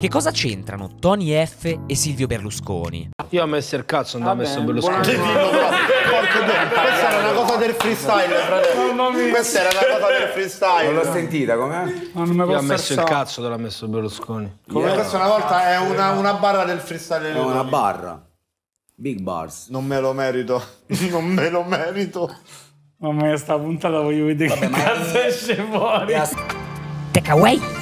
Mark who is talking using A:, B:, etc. A: Che cosa c'entrano Tony F e Silvio Berlusconi?
B: Io ho messo il cazzo, non ho
C: Vabbè,
B: messo
C: buona-
B: Berlusconi.
D: Dillo però, porco Dio, questa era una cosa del freestyle, fratello. Questa era una cosa del
E: Non l'ho
D: freestyle.
E: sentita, com'è?
C: Ma non mi
B: Io ho
C: posso
B: messo il
C: alzare.
B: cazzo, non l'ha messo Berlusconi.
D: Come questa una volta è una, una barra del freestyle.
E: È una barra. Big bars.
D: Non me lo merito, non me lo merito.
C: Mamma mia, sta puntata voglio vedere che cazzo esce fuori.
A: Takeaway?